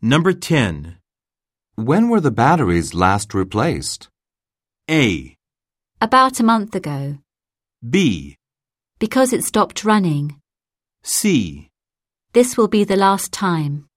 Number 10. When were the batteries last replaced? A. About a month ago. B. Because it stopped running. C. This will be the last time.